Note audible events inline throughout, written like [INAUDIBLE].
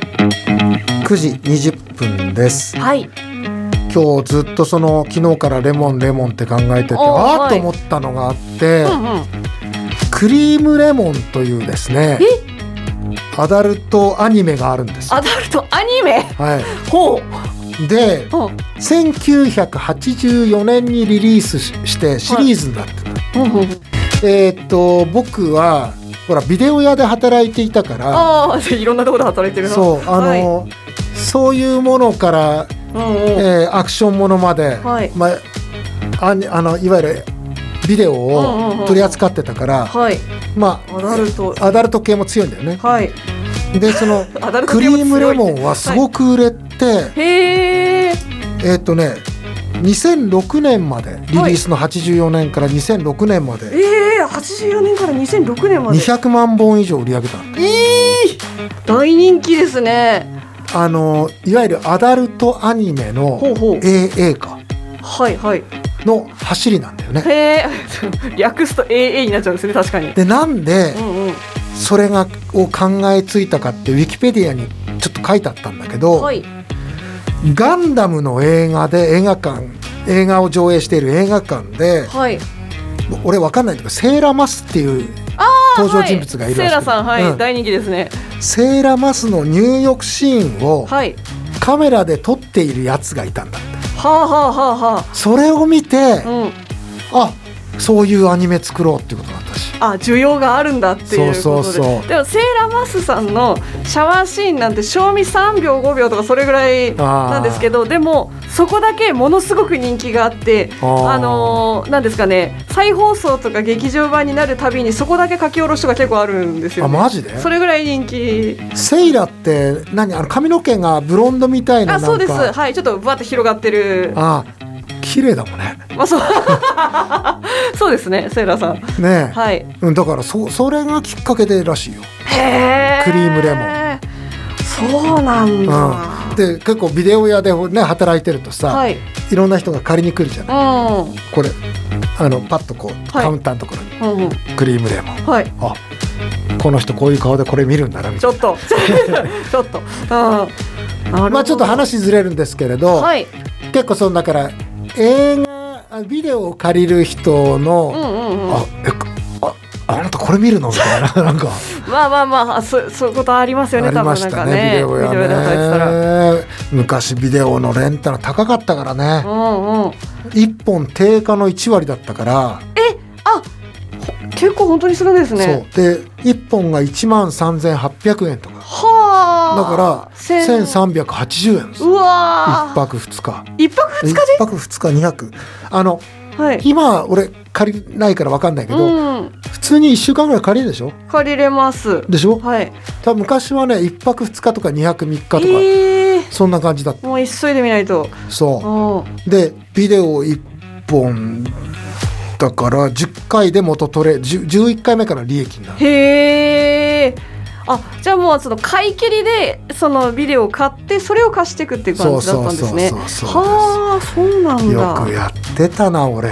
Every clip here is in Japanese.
9時20分ですはい。今日ずっとその昨日からレモンレモンって考えてておーああはいと思ったのがあって、うんうん。クリームレモンというですねえ、アダルトアニメがあるんですよアダルトアニメ。はい、ほう。でほう。 1984年にリリースししてシリーズになってた、ほうほうほうえーっと僕はほらビデオ屋で働いていたからああ、でいろんなところで働いてるな。そうあの、そういうものから、はい。うんうん。えーアクションものまで、はいまあ、あにあのいわゆるビデオうんうんうんを取り扱ってたから、はい。まアダルト。あアダルト系も強いんだよねはい。でその [LAUGHS] アダルトクリ系も強いームレモンはすごく売れて、へえ。えーっとね2006年までリリースの84年から2006年までええー、84年から2006年まで。 200万本以上売り上げたええ大人気ですね。あのいわゆるアダルトアニメのほうほう AA 化はいはい。の走りなんだよねへ。え。 [LAUGHS] 略すと AA になっちゃうんですね、確かに。でなんでうんうん。それがを考えついたかってウィキペディアにちょっと書いてあったんだけど、はい。ガンダムの映画で映画館映画を上映している映画館ではい。俺わかんないんだけどセーラ・マスっていう登場人物がいるセらしくてイラさん、はい、うん大人気ですね。セーラ・マスの入浴シーンをはい。カメラで撮っているやつがいたんだってはあ、はあはあはそれを見てあ。うん。あそういうアニメ作ろうっていうことだったし。あ需要があるんだっていうことでそうそうそうでもセーラマスさんのシャワーシーンなんて賞味3秒5秒とかそれぐらいなんですけどでもそこだけものすごく人気があってあーあのーなんですかね再放送とか劇場版になるたびにそこだけ書き下ろしとか結構あるんですよ、あねマジでそれぐらい人気セイラって何あの髪の毛がブロンドみたいなあなそうんですかはいちょっとバって広がってるあ綺麗だもんねまあそう [LAUGHS] そうですねセイラさんねえ、はいうんだからそそれがきっかけでらしいよ、へークリームレモそうなんだ、うん、で結構ビデオ屋で、ね、働いてるとさ、、はいいろんな人が借りに来るじゃないうんこれあのパッとこう、カウンターのところにうんうんクリームレモンはいあこの人こういう顔でこれ見るんだなみちたいょっ [LAUGHS] とちょっとうんなまあちょっと話ずれるんですけれど、はい結構そのだから映画あビデオを借りる人の、うんうんうんあえかああなたこれ見るのみたいななんかまあまあまあそうそういうことありますよあねり多ま分なしんたかねねビデオビデオで働いてたらやね昔ビデオのレンタル高かったからうねんうん1本定価の1割だったから、あ結構本当にするんですねそうで1本が1万3800円とかだはかあら千1380円ですうわ1ー泊2日一泊二日1泊2日200あのはい今俺借りないから分かんないけど、うん普通に1週間ぐらい借りるでしょ借りれますでしょはい多分昔はね1泊2日とか2泊3日とか、ええそんな感じだったもう急いでみないとそううんでビデオ1本だから10回で元取れ10 11回目から利益になるへえ。あ、じゃあもうその買い切りでそのビデオを買ってそれを貸していくっていう感じだったんですね。そうそうそうそうはあ、そうなんよだく。やってたな俺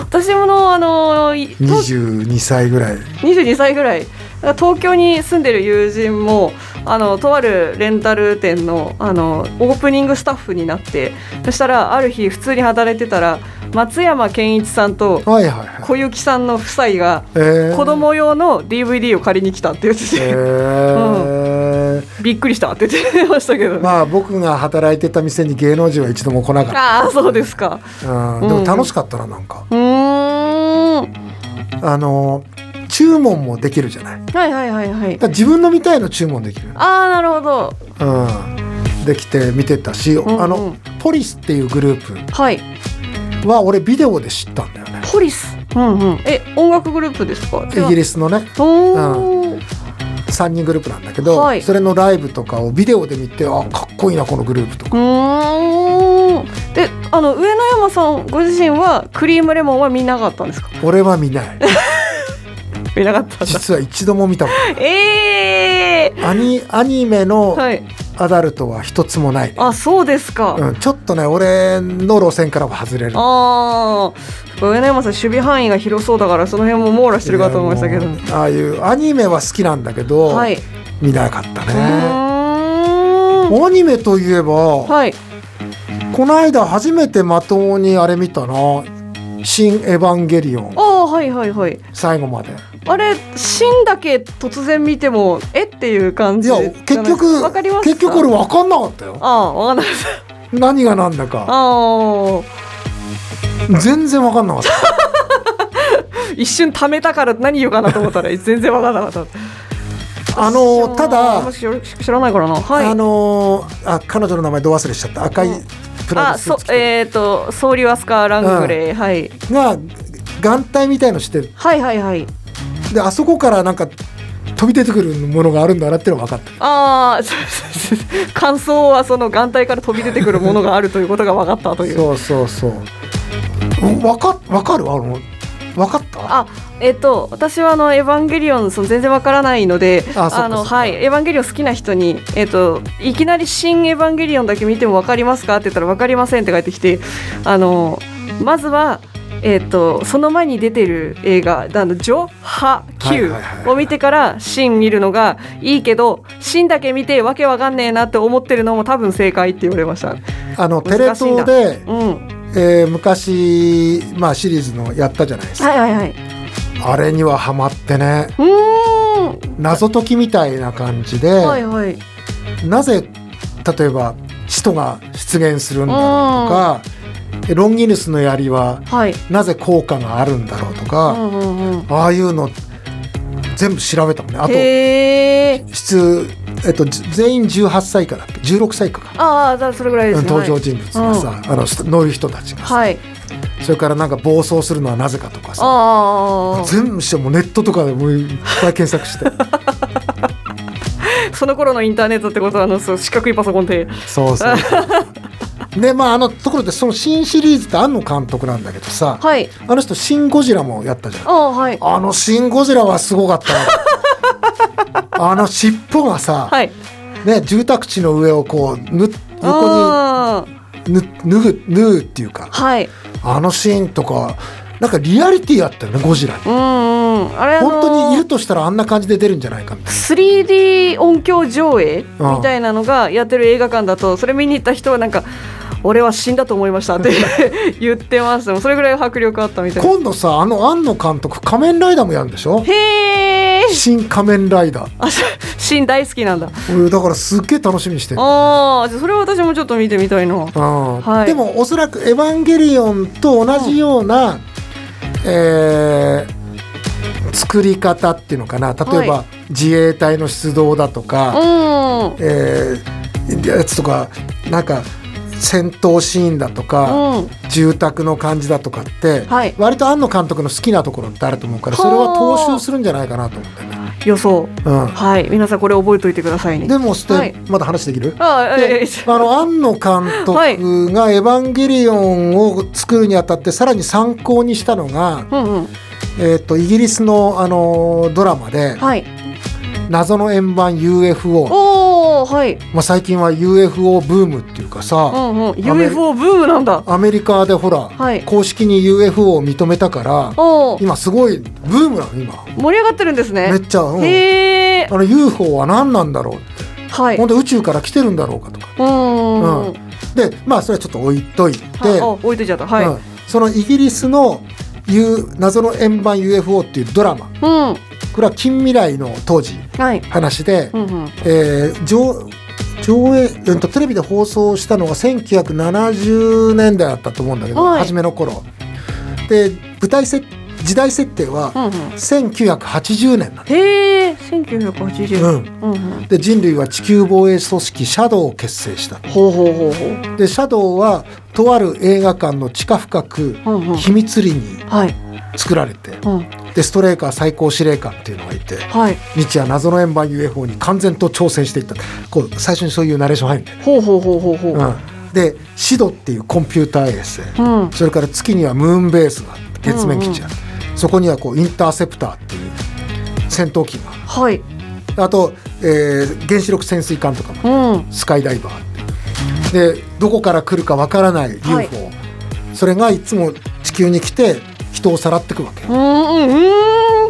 私ものあのい東22歳ぐらい22歳ぐらい。なんか東京に住んでる友人もあのとあるレンタル店のあのオープニングスタッフになってそしたらある日普通に働いてたら松山ケンイチさんとはいはいはい小雪さんの夫妻がえー子供用の DVD を借りに来たって言ってえて、ーびっくりしたって言ってましたけど、まあ僕が働いてた店に芸能人は一度も来なかっああそうですかた、うん、でも楽しかったななんかうーんあのー注文もできるじゃないだかはいはいはいはいら自分の見たいの注文できる、ああなるほどうん、できて見てたし、んあのポリスっていうグループはいは俺ビデオで知ったんだよねポリスうんうんえ音楽グループですかイギリリスのねスおー3人グループなんだけど、はいそれのライブとかをビデオで見てあかっこいいなこのグループとうか、ーんであの上野山さんご自身はクリームレモンは見なかったんですか俺は見 [LAUGHS] ない見なかったんだ実は一度も見たこええとないアニアニメのはいアダルトは一つもない、ねあそうですか、うん、ちょっとね俺の路線からは外れるああ上野山さん守備範囲が広そうだからその辺も網羅してるかと思いましたけどいやもうああいうアニメは好きなんだけど、はい見なかったうねーんアニメといえば、はいこの間初めてまともにあれ見たな「新エヴァンゲリオンああはいはいはい」最後まであれ芯だけ突然見てもえっていう感いじやじゃない結局わかりますか結局俺分かんなかったよああわかんないです何が何だあかあ全然分かんなか [LAUGHS] った一瞬貯めたから何言うかなと思ったら全然わからなかったあのたあんまだ知ら知らないからなはいあのあ彼女の名前ど忘れしちゃった赤いうんプラあスーそツ着てえっ、とソーリュアスカーラングレー、はいが眼帯みたいのしてるはいはいはいであそこからなんか飛び出てくるものがあるんだなってのが分かったああ [LAUGHS] 感想はその眼帯から飛び出てくるものがあるということが分かったというそうそうそう分か分かるあの分かったあえっ、と私はあの「エヴァンゲリオン」その全然わからないのであそっかそのっかはい「エヴァンゲリオン」好きな人に、えっと「いきなり新エヴァンゲリオン」だけ見ても分かりますかって言ったら「分かりません」って書いてきてあのまずはえっとその前に出てる映画「あのジョ・ハ・キュはいはいはいはー」いを見てから「シン」見るのがいいけど「シン」だけ見てわけわかんねえなって思ってるのも多分正解って言われました。あのテレ難しいな東でうん、えー昔、まあ、シリーズのやったじゃないですか、はいはいはい。あれにはハマってねうー謎解きみたいな感じで、ん。はいはい。なぜ例えば使徒が出現するんだろうとかロンギヌスの槍ははい。なぜ効果があるんだろうとうか、んうんうん。ああいうの全部調べたもんねあとへえ。質、えっと、じ全員18歳以下だっけ16歳以下か、ああ、だそれぐらいですね。登場人物がさ、あの人乗る人たちがさ、はい。はい、それからなんか暴走するのはなぜかとかさああ。全部してもうネットとかでもういっぱい検索して [LAUGHS] [LAUGHS] その頃のインターネットってことは、あの、そう、四角いパソコンで。そうそうそうでまああのところでその新シリーズって庵野監督なんだけどさ、はい。あの人「シン・ゴジラ」もやったじゃんああ、はい。あの「シン・ゴジラ」はすごかった [LAUGHS] なあの尻尾がさ、はい。ね、住宅地の上をこうぬ横あにぬ脱ぐ脱ぐっていうかあ。はい。あのシーンとかなんかリアリティあったよねゴジラにうんうん。あれ、あの本当にいるとしたらあんな感じで出るんじゃないかみたい 3D 音響上映うんみたいなのがやってる映画館だとそれ見に行った人はなんか「俺は死んだと思いました」って [LAUGHS] 言ってましたもんそれぐらい迫力あったみたないな今度さあの庵野監督仮面ライダーもやるんでしょへえ新仮面ライダーシン大好きなんだ俺だからすっげえ楽しみにしてる、ああじゃあそれは私もちょっと見てみたいなうんはいでもおそらく「エヴァンゲリオン」と同じような、えー作り方っていうのかな例えば、は自衛隊の出動だとか、うんえーやつとかなんか戦闘シーンだとか、うん住宅の感じだとかって、はい割と庵野監督の好きなところってあると思うからそれは踏襲するんじゃないかなと思ってね。予想うんはい皆さんこれ覚えておいてくださいねでもして、はいまだ話できるああええでええあの庵野監はい督が「エヴァンゲリオン」を作るにあたってさらに参考にしたのが、うんうんえー、とイギリスの、あのドラマではい「謎の円盤 UFO おおはい」まあ、最近は UFO ブームっていうかうさ、んうん UFO ブームなんだアメリカでほら、はい公式に UFO を認めたからおお今すごいブームなの今盛り上がってるんですねめっちゃ、うんへえあの UFO は何なんだろうって、はい本当宇宙から来てるんだろうかとかうんうんうんでまあそれはちょっと置いといて。はいあ置いといちゃったはいうんそのイギリスの U 謎の円盤 UFO っていうドラマうんこれは近未来の当時はい話で、うんうんえー上上映うんとテレビで放送したのが1970年代だったと思うんだけど、はい初めの頃で舞台設時代設定はうんうん1980年なの、へえ1980うんうんうんで人類は地球防衛組織シャドウを結成したほうほうほうほうでシャドウはとある映画館の地下深くうんうん秘密裏にはい作られて、うんでストレーカー最高司令官っていうのがいてはい日夜謎の円盤 UFO に完全と挑戦していったこう最初にそういうナレーション入るんだよねほうほうほうほうほううん、でシドっていうコンピューター衛星、うんそれから月にはムーンベースがあって月面基地があって、そこにはこうインターセプターっていう戦闘機がはいあと、えー原子力潜水艦とかもうんスカイダイバーでどこから来るかわからない UFO、はいそれがいつも地球に来て人をさらってくわけうんうんうん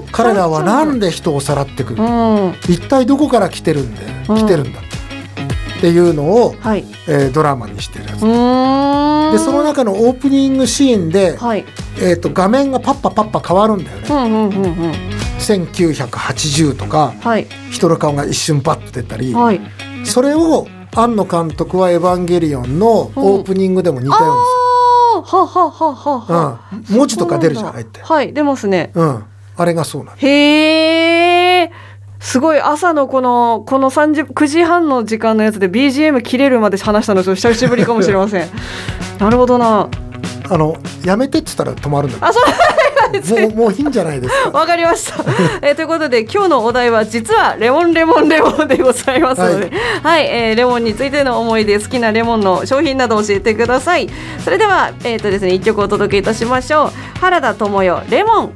そう彼らはなんで人をさらってくる、うん一体どこから来てるんで、うん来てるんだっていうのを、はいえードラマにしてるやつ、うーんでその中のオープニングシーンで、はいえー、と画面がパッパパッパ変わるんだよね、うんうんうんうん1980とかはい人の顔が一瞬パッと出たり、はいそれを庵野監督は「エヴァンゲリオン」のオープニングでも似あたよあははははうにする、うはん、文字とか出るじゃんそう入っだて、はい出ますねうん、あれがそうなのへえすごい朝のこのこの30 9時半の時間のやつで BGM 切れるまで話したのちょっと久しぶりかもしれま [LAUGHS] せんなるほどなあのやめてって言ったら止まるんだあそうけどもうもういいんじゃないですか [LAUGHS] わかりました。えーということで今日のお題は実はレモンレモンレモンでございますので、はい、えーレモンについての思い出、好きなレモンの商品など教えてください。それではえっ、とですね一曲お届けいたしましょう。原田知世レモン。